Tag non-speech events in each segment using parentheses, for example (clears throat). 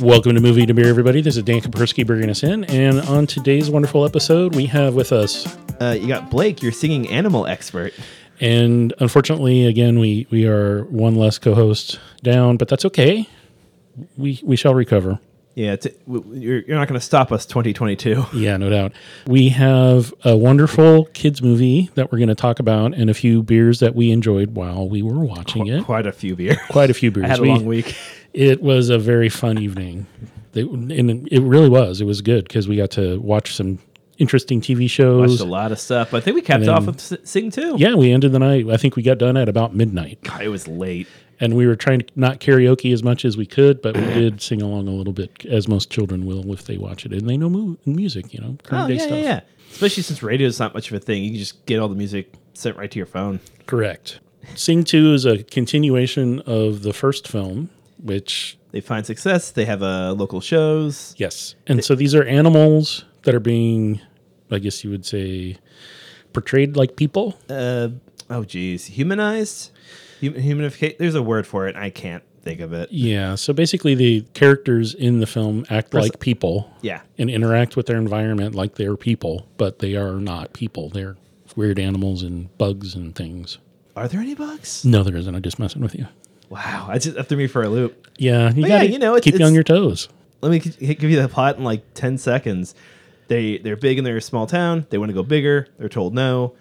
Welcome to Movie to Beer, everybody. This is Dan Kapersky bringing us in, and on today's wonderful episode, we have with us, Uh, you got Blake, your singing animal expert. and unfortunately, again, we we are one less co-host down, but that's okay. We we shall recover. Yeah, it's, w- you're, you're not going to stop us 2022. Yeah, no doubt. We have a wonderful kids movie that we're going to talk about, and a few beers that we enjoyed while we were watching it. Quite a few (laughs) beers. Quite a few beers. I had a We- long week. It was a very fun evening. They, and it really was. It was good because we got to watch some interesting TV shows. Watched a lot of stuff. but I think we capped off with S- Sing too. Yeah, we ended the night. I think we got done at about midnight, God, it was late. and we were trying to not karaoke as much as we could, (clears throat) but we did sing along a little bit, as most children will if they watch it and they know mu- music. You know, current Oh, day yeah, stuff. yeah, yeah. Especially since radio is not much of a thing. You can just get all the music sent right to your phone. Correct. Sing Two is a continuation of the first film, which They find success. They have uh, local shows. yes, and so these are animals that are being, I guess you would say, portrayed like people. Uh, oh, geez. Humanized? Hum- humanification? There's a word for it. I can't think of it. Yeah. So basically, the characters in the film act like people. Yeah. and interact with their environment like they're people, but they are not people. They're weird animals and bugs and things. Are there any bugs? No, there isn't. I'm just messing with you. Wow. I just that threw me for a loop. Yeah, you But yeah, gotta you know, it's- keep you on it's- your toes. let me g- give you the plot in like 10 seconds they they're big in their small town they want to go bigger they're told no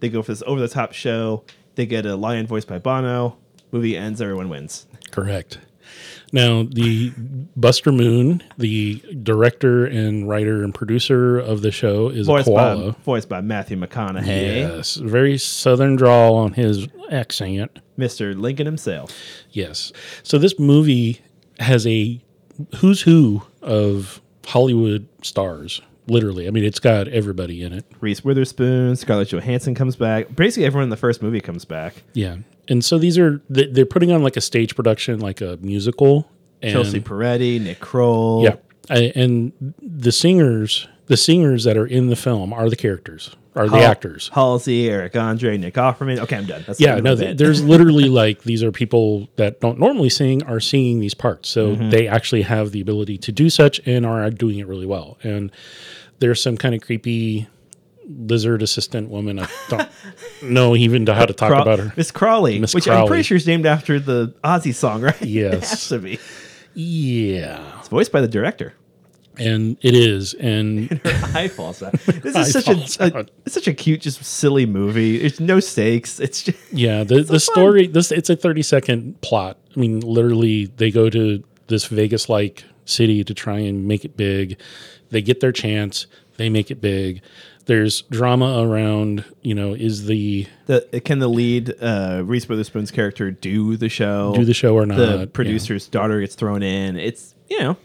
they go for this over-the-top show they get a lion voiced by bono movie ends everyone wins Correct. Now, the Buster Moon, the director and writer and producer of the show, is voiced a by, koala. voiced by matthew mcconaughey Yes, very southern drawl on his accent. mr lincoln himself Yes. So this movie has a who's who of Hollywood stars, literally. I mean, it's got everybody in it. reese witherspoon scarlett johansson comes back basically everyone in the first movie comes back Yeah. And so these are they- they're putting on like a stage production, like a musical. And, chelsea peretti nick kroll Yeah. I, and the singers, the singers that are in the film are the characters, are the Hal- actors. halsey eric andre nick offerman okay i'm done That's Yeah, I'm no, done. th- there's literally like these are people that don't normally sing are singing these parts. So they actually have the ability to do such and are doing it really well. And there's some kind of creepy lizard assistant woman. I don't know even how to talk Craw- about her. Miss Crawley, Miss which I'm Crowley. pretty sure is named after the Ozzy song, right? (laughs) it Yes. has to be. Yeah. It's voiced by the director. And it is. And Her eye falls out. This eye is such falls a, a out. it's such a cute, just silly movie. It's no stakes. It's just (laughs) yeah, the, the fun. story, this it's a 30 second plot. I mean, literally, they go to this Vegas like city to try and make it big. They get their chance, they make it big. There's drama around, you know, is the the can the lead uh, Reese Witherspoon's character do the show? do the show or not? The Yeah. producer's daughter gets thrown in. It's you know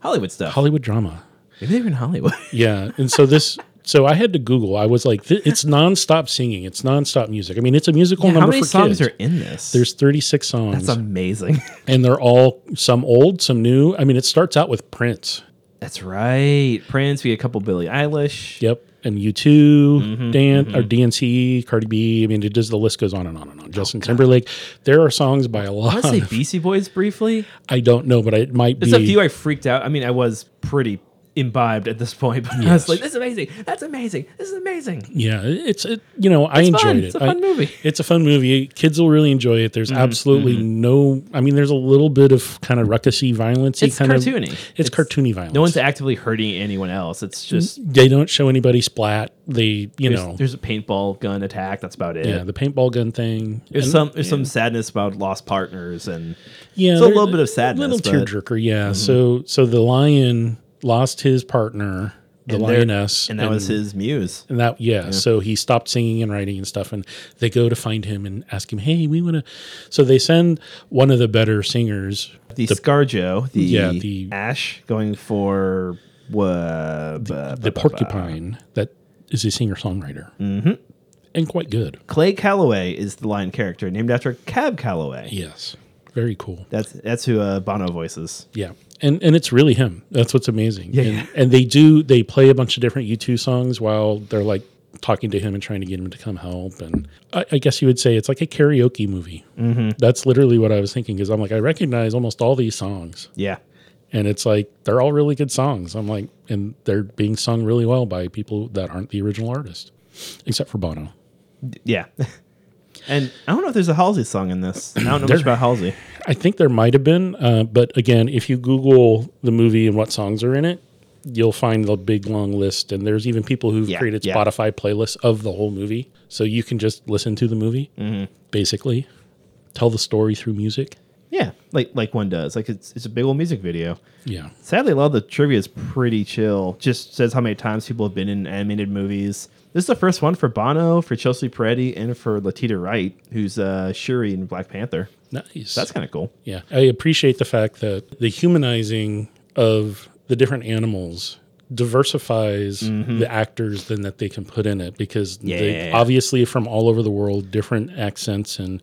Hollywood stuff. Hollywood drama. Maybe they were in Hollywood. Yeah. And so (laughs) this, so I had to Google. I was like, th- it's nonstop singing, it's nonstop music. I mean, it's a musical (laughs) number How many for songs kids. are in this? There's 36 songs. that's amazing. (laughs) and they're all some old, some new. I mean, it starts out with Prince. that's right. Prince. We get a couple Billie Eilish. Yep, and U 2 Mm-hmm, Dan or DNC, E, Cardi B. I mean, it does the list goes on and on and on. Justin Timberlake. There are songs by a lot. I want to say Beastie Boys briefly. I don't know, but it might There's be. a few I freaked out. I mean, I was pretty imbibed at this point, (laughs) but I Yes. was like, "This is amazing! That's amazing! This is amazing!" yeah, it's it, you know I enjoyed fun. it. It's a I- fun movie. Mm-hmm, It's a fun movie. Kids will really enjoy it. There's absolutely no. I mean, there's a little bit of kind of ruckusy, violencey. It's kind cartoony. Of, it's, It's- cartoony violence. No one's actively hurting anyone else. It's just they don't show anybody splat. They, you there's, know, there's a paintball gun attack. That's about it. yeah, the paintball gun thing. There's And- some there's some sadness about lost partners and Yeah, It's a there- little bit of sadness, little but- Mm-hmm. tearjerker. Yeah. So so the lion lost his partner, the and they're- lioness, and that was his muse. and that yeah, So he stopped singing and writing and stuff, and they go to find him and ask him, "Hey, we want to." So they send one of the better singers. The, Scarjo, the, Yeah, the- ash going for uh, The porcupine that is a singer songwriter, mm-hmm. and quite good. Clay Calloway is the lion character named after Cab Calloway. Yes, very cool. That's that's who uh, Bono voices. Yeah. And, and it's really him. That's what's amazing. Yeah, and, yeah. and they do they play a bunch of different U2 songs while they're like talking to him and trying to get him to come help. And I, I guess you would say it's like a karaoke movie. Mm-hmm. That's literally what I was thinking. Is I'm like I recognize almost all these songs. Yeah. And it's like they're all really good songs. I'm like, and they're being sung really well by people that aren't the original artist, except for Bono. Yeah. (laughs) And I don't know if there's a Halsey song in this. I don't know much about Halsey. I think there might have been, uh, but again, if you Google the movie and what songs are in it, you'll find the big long list. And there's even people who've Yeah, created yeah. Spotify playlists of the whole movie, so you can just listen to the movie, Mm-hmm. basically, tell the story through music. Yeah, like like one does. Like it's it's a big old music video. Yeah, Sadly, a lot of the trivia is pretty chill. Just says how many times people have been in animated movies. This is the first one for Bono, for Chelsea Peretti, and for Latita Wright, who's uh, Shuri in Black Panther. nice. That's kind of cool. Yeah, I appreciate the fact that the humanizing of the different animals diversifies the actors then that they can put in it because they Mm-hmm. Yeah. obviously from all over the world different accents and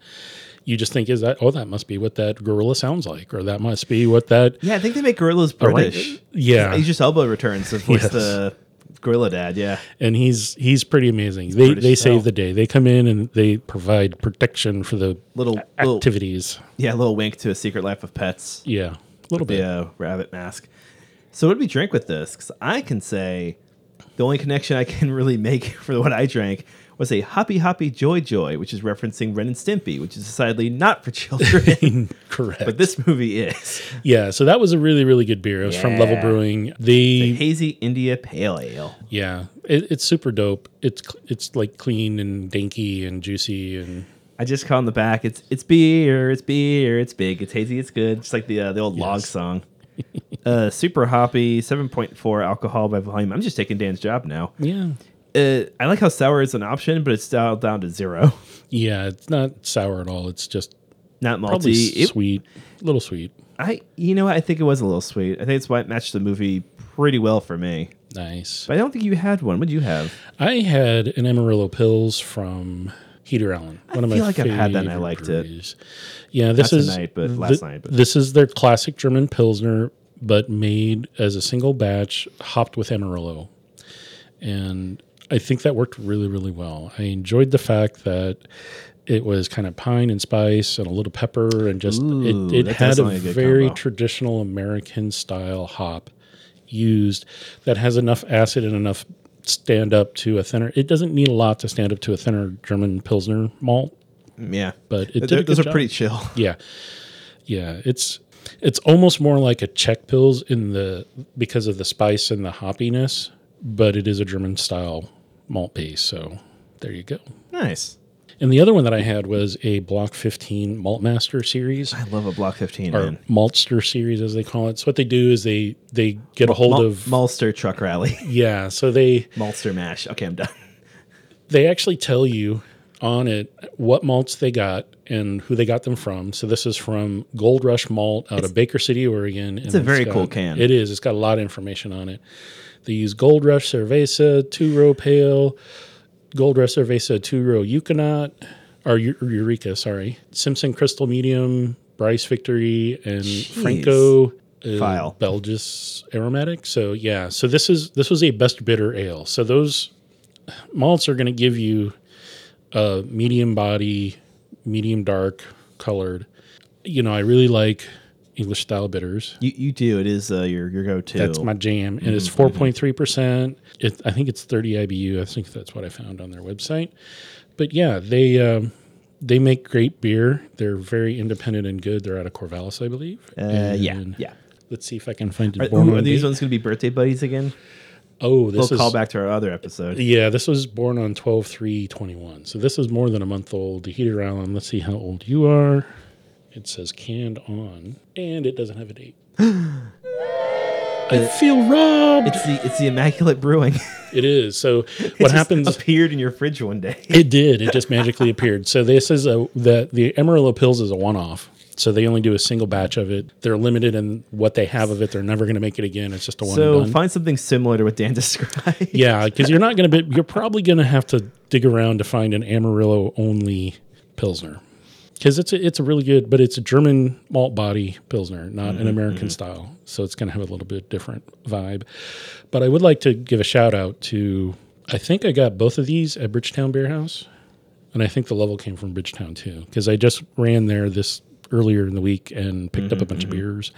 you just think is that oh that must be what that gorilla sounds like or that must be what that Yeah, I think they make gorillas British. yeah He's just elbow returns of course Yes. the gorilla dad. Yeah, and he's he's pretty amazing they British they as hell. save the day they come in and they provide protection for the little little activities yeah, little wink to a Secret Life of Pets. yeah a little bit the uh, rabbit mask. So what did we drink with this? Because I can say the only connection I can (laughs) really make for what I drank was a hoppy hoppy joy joy, which is referencing Ren and Stimpy, which is decidedly not for (laughs) children, (laughs) correct but this movie is Yeah, so that was a really really good beer. It was from Level Yeah. Brewing. The, a hazy India Pale Ale. yeah, it, it's super dope. It's cl- it's like clean and dainty and juicy and I just caught in the back. It's it's beer, it's beer, it's big, it's hazy, it's good. Just like the uh, the old log song. (laughs) uh, super hoppy, seven point four alcohol by volume. I'm just taking Dan's job now. yeah, Uh, I like how sour is an option, but it's dialed down to zero. yeah. It's not sour at all. It's just not probably malty. It, sweet, a little sweet. I, you know, what? I think it was a little sweet. I think it's why it matched the movie pretty well for me. Nice. But I don't think you had one. What did you have? I had an Amarillo Pills from Heater Allen. One of feel like I've had that and I favorite liked it. breweries. Yeah, this Not is tonight, but thi- last night, but- This is their classic German Pilsner, but made as a single batch, hopped with Amarillo, and I think that worked really, really well. I enjoyed the fact that it was kind of pine and spice and a little pepper, and just Ooh, it, it that does had a sound like a good very combo. traditional American style hop used that has enough acid and enough stand up to a thinner. It doesn't need a lot to stand up to a thinner German Pilsner malt, Mm, Yeah, but it Th- did a good those are job. pretty chill. Yeah, yeah. It's it's almost more like a Czech Pils in the because of the spice and the hoppiness, but it is a German style malt base. So there you go. (laughs) Nice. And the other one that I had was a Block 15 Maltmaster series I love a Block 15 or man. Maltster series as they call it. So what they do is they they get a hold Mal- of Malster Truck Rally, (laughs) (laughs) yeah, so they Malster Mash. Okay, I'm done. they actually tell you on it what malts they got and who they got them from. So this is from Gold Rush Malt out of Baker City, Oregon. It's a very cool can. It is. It's got a lot of information on it. They use Gold Rush Cerveza, Two Row Pale, Gold Rush Cerveza, Two Row Yukonot, or Eu- Eureka, sorry. Simpson Crystal Medium, Bryce Victory, and Franco. uh, File. Belgis aromatic. So yeah, so this is this was a best bitter ale. So those malts are going to give you a medium body, medium dark colored. You know, I really like English style bitters. You, you do. It is uh, your your go to. That's my jam, and Mm-hmm. it's four point three percent. I think it's thirty IBU. I think that's what I found on their website. But yeah, they um, they make great beer. They're very independent and good. They're out of Corvallis, I believe. Uh, yeah, And yeah. Let's see if I can find it. Are, born are on these date. ones going to be birthday buddies again? Oh, this Little is callback to our other episode. yeah. This was born on 12 3 21. So this is more than a month old. The heater island. Let's see how old you are. It says canned on, and it doesn't have a (gasps) date. I feel robbed. It's the it's the immaculate brewing. It is. So (laughs) It what just happens? appeared in your fridge one day. It did. It just (laughs) magically appeared. So this is a the the Amarillo Pills is a one off. So they only do a single batch of it. They're limited in what they have of it. They're never going to make it again. It's just a one. and So done. find something similar to what Dan (laughs) described. Yeah, because you're not going to be. You're probably going to have to dig around to find an Amarillo only Pilsner, because it's a, it's a really good, but it's a German malt body Pilsner, not an American style. So it's going to have a little bit different vibe. But I would like to give a shout out to. I think I got both of these at Bridgetown Beer House, and I think the level came from Bridgetown too, because I just ran there this earlier in the week and picked up a bunch of beers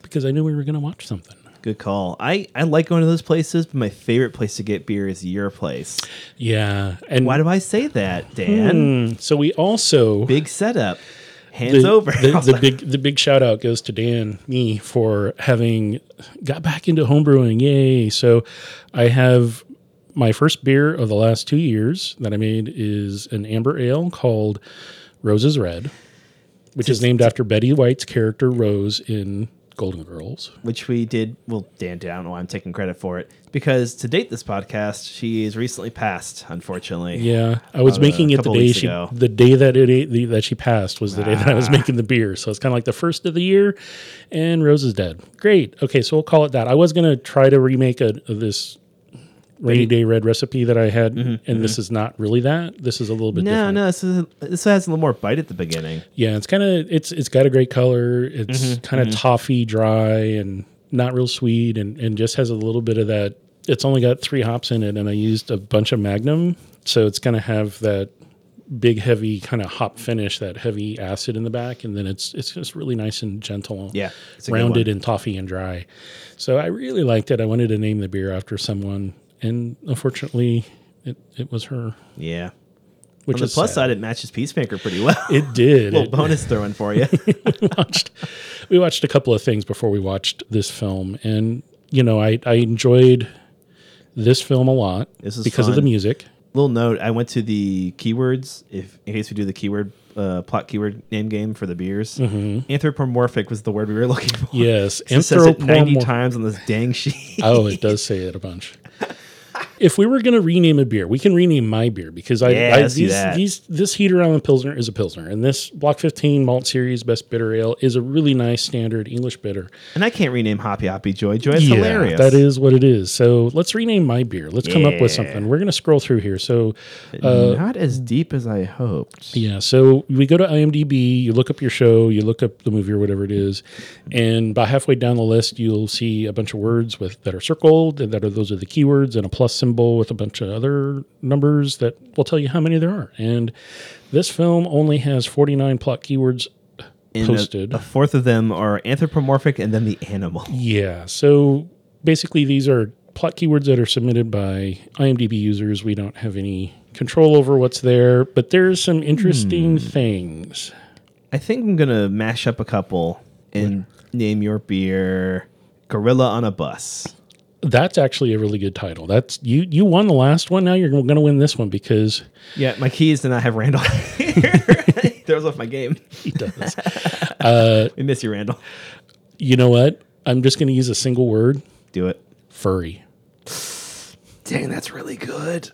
because I knew we were going to watch something. Good call. I, I like going to those places, but my favorite place to get beer is your place. Yeah, and mm, Why do I say that, Dan? so we also Big setup. Hands Hmm. the, over. the, (laughs) the big the big shout out goes to Dan me for having got back into homebrewing. Yay! So I have my first beer of the last two years that I made is an amber ale called Roses Red, which is named after Betty White's character Rose in Golden Girls. which we did. Well, Dan, I don't know why I'm taking credit for it because to date this podcast, she is recently passed, unfortunately. Yeah, I was About Uh, a making it the couple day weeks she ago. Ah. the day that it ate, the, that she passed was the day that I was making the beer. So it's kind of like the first of the year, and Rose is dead. Great. Okay, so we'll call it that. I was gonna try to remake a, this rainy day red recipe that I had, and this is not really that. This is a little bit Mm-hmm, No, different. no, this, is, this has a little more bite at the beginning. Yeah, it's kind of it's it's got a great color. It's Mm-hmm, kind of toffee, dry, and not real sweet, and and just has a little bit of that. It's only got three hops in it, and I used a bunch of Magnum, so it's gonna have that big, heavy kind of hop finish, that heavy acid in the back, and then it's it's just really nice and gentle. Yeah, it's a good rounded one. and toffee and dry. So I really liked it. I wanted to name the beer after someone, and unfortunately, it it was her. Yeah. Which On the is plus sad. side, it matches Peacemaker pretty well. it did. (laughs) little It- bonus throwing for (laughs) you. watched we watched a couple of things before we watched this film and you know i i enjoyed this film a lot This is because of the fun. music little note i went to the keywords if in case we do the keyword uh, plot keyword name game for the beers Mm-hmm. anthropomorphic was the word we were (laughs) looking for yes it says it 90 anthropomor- times on this dang sheet (laughs) oh it does say it a bunch if we were going to rename a beer we can rename my beer because i, Yeah, I let's do these, that. these this heater island pilsner is a pilsner and this block 15 malt series best bitter ale is a really nice standard english bitter and i can't rename hoppy hoppy joy joy it's hilarious That is what it is. So let's rename my beer. Let's come up with something. We're going to scroll through here. So, uh, not as deep as i hoped Yeah, so we go to IMDb, you look up your show, you look up the movie or whatever it is, and about halfway down the list, you'll see a bunch of words with that are circled, and that are those are the keywords, and a plus symbol with a bunch of other numbers that will tell you how many there are. And this film only has 49 plot keywords And a- posted. a, fourth of them are anthropomorphic and then the animal Yeah. So basically, these are plot keywords that are submitted by IMDb users. We don't have any control over what's there, but there's some interesting things. i think i'm gonna mash up a couple and name your beer gorilla on a bus That's actually a really good title. That's you. You won the last one. Now you're going to win this one because yeah my keys did not have randall (laughs) here throws off my game he (laughs) does. Uh, we miss you randall you know what? I'm just going to use a single word: do it furry. Dang, that's really good.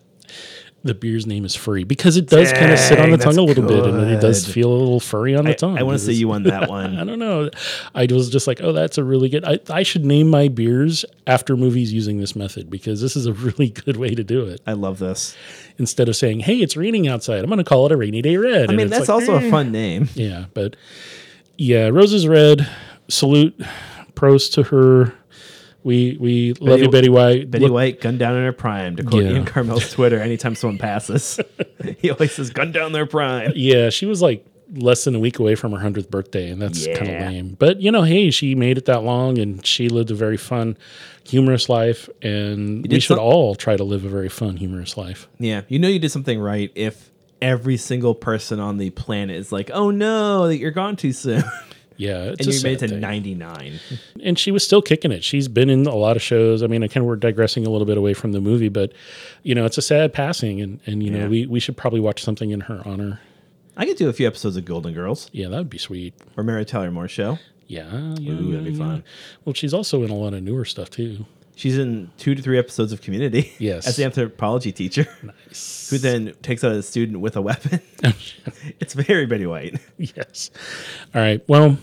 The beer's name is furry because it does kind of sit on the Dang, tongue a that's little bit, and it does good. feel a little furry on the tongue. I want to It see is- you on that I (laughs) one. don't know. I was just like, oh, that's a really good. I, I should name my beers after movies using this method because this is a (laughs) really good way to do it. I love this. Instead of saying, hey, it's raining outside, I'm going to call it a rainy day red. I mean, that's also eh. a fun name. Yeah, but yeah, Roses Red. Salute, pros to her. We we love you, Betty White. Betty Look- White, gun down in her prime. To quote Yeah. Ian (laughs) Carmel's Twitter, anytime someone passes, he always says, "Gun down their prime." Yeah, she was like less than a week away from her hundredth birthday, and that's kind of Yeah. lame. But you know, hey, she made it that long, and she lived a very fun, humorous life, and we did should some- all try to live a very fun, humorous life. Yeah, you know you did something right if every single person on the planet is like, "Oh no, that you're gone too soon," (laughs) Yeah, it's and a you made it sad to thing. 99. and she was still kicking it. She's been in a lot of shows. I mean, I kind of we're digressing a little bit away from the movie, but you know, it's a sad passing, and and you Yeah. know, we we should probably watch something in her honor. I could do a few episodes of Golden Girls Yeah, that would be sweet. or Mary Tyler Moore Show. Yeah, yeah, Ooh, that'd be yeah, fun. yeah. Well, she's also in a lot of newer stuff too. (laughs) She's in two to three episodes of Community. Yes. (laughs) As the anthropology teacher. Who then takes out a student with (laughs) a weapon. it's very Betty White. yes. All right. Well,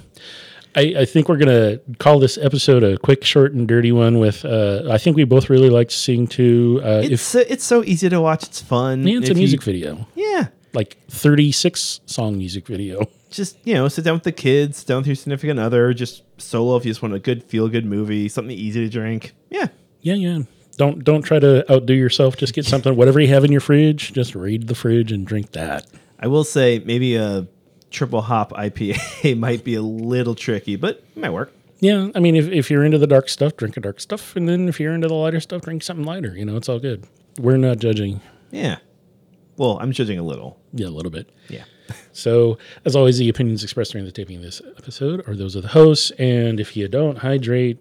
I, I think we're gonna call this episode a quick, short, and dirty one. With uh, I think we both really liked seeing too. Uh, It's, if so, it's so easy to watch. It's fun. and it's a If you- music video, Yeah. like thirty six song music video. (laughs) Just, you know, sit down with the kids, sit down with your significant other, just solo if you just want a good feel good movie, something easy to drink. Yeah. Yeah, yeah. Don't don't try to outdo yourself. Just get something, whatever you have in your fridge. Just raid the fridge and drink that. I will say maybe a triple hop IPA might be a (laughs) little tricky, but it might work. Yeah, I mean, if, if you're into the dark stuff, drink a dark stuff, and then if you're into the lighter stuff, drink something lighter. You know, it's all good. We're not judging. Yeah. Well, I'm judging a little. Yeah, a little bit. Yeah. So, as always, the opinions expressed during the taping of this episode are those of the hosts. And if you don't hydrate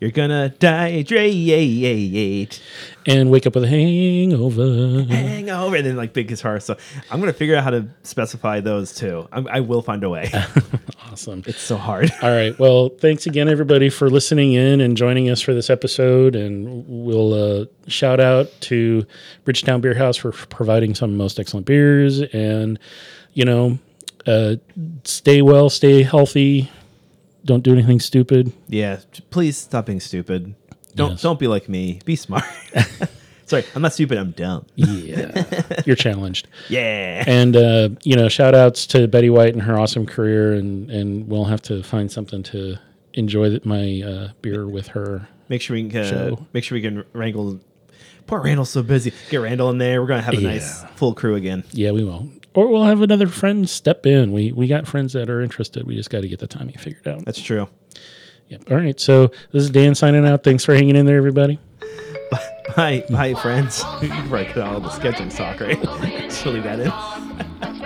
You're gonna dehydrate, and wake up with a hangover, hangover, and then like big guitar. So I'm gonna figure out how to specify those too. I'm, I will find (laughs) a way. awesome. it's so hard. (laughs) All right. Well, thanks again, everybody, for listening in and joining us for this episode. And we'll uh, shout out to Bridgetown Beer House for providing some of the most excellent beers. And, you know, uh, stay well, stay healthy. Don't do anything stupid. Yeah. Please stop being stupid. Don't Yes. don't be like me. (laughs) Be smart. (laughs) Sorry, I'm not stupid. I'm dumb. Yeah. You're challenged. Yeah. And, uh, you know, shout outs to Betty White and her awesome career. And, and we'll have to find something to enjoy th- my uh, beer with her. Make sure we can uh, Show. make sure we can wrangle. Poor Randall's so busy. Get Randall in there. We're gonna have a nice Yeah. full crew again. Yeah, we will. Or we'll have another friend step in. We we got friends that are interested. We just got to get the timing figured out. That's true. (laughs) Yep. All right. So this is Dan signing out. Thanks for hanging in there, everybody. Bye, bye, friends. (laughs) you probably cut out all the sketching talk, right? (laughs) Just leave that (laughs) in.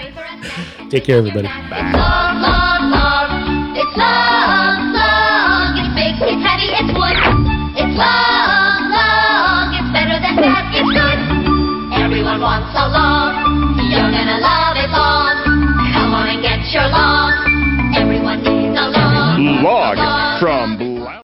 Take care, everybody. It's love, love, love. It's love, love. It's big, it's heavy, it's wood. It's love.